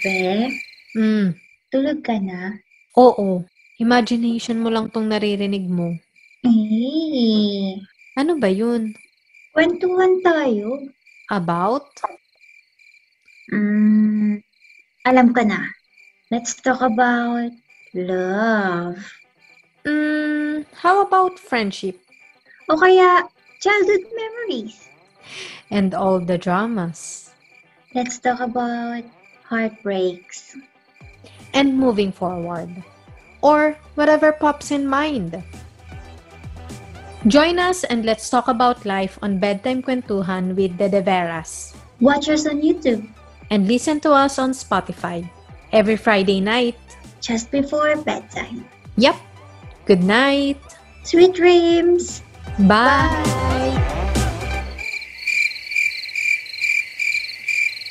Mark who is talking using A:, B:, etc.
A: Beb,
B: Mm.
A: tulog ka na?
B: Oo. Imagination mo lang tong naririnig mo.
A: Eh,
B: Ano ba yun?
A: kwentuhan tayo.
B: About?
A: Mm, alam ko na. Let's talk about love.
B: Mm, how about friendship?
A: O kaya, childhood memories.
B: And all the dramas.
A: Let's talk about heartbreaks.
B: And moving forward. Or whatever pops in mind. Join us and let's talk about life on Bedtime Kwentuhan with the Deveras.
A: Watch us on YouTube
B: And listen to us on Spotify every Friday night.
A: just before bedtime.
B: Yep. Good night.
A: Sweet dreams!
B: Bye.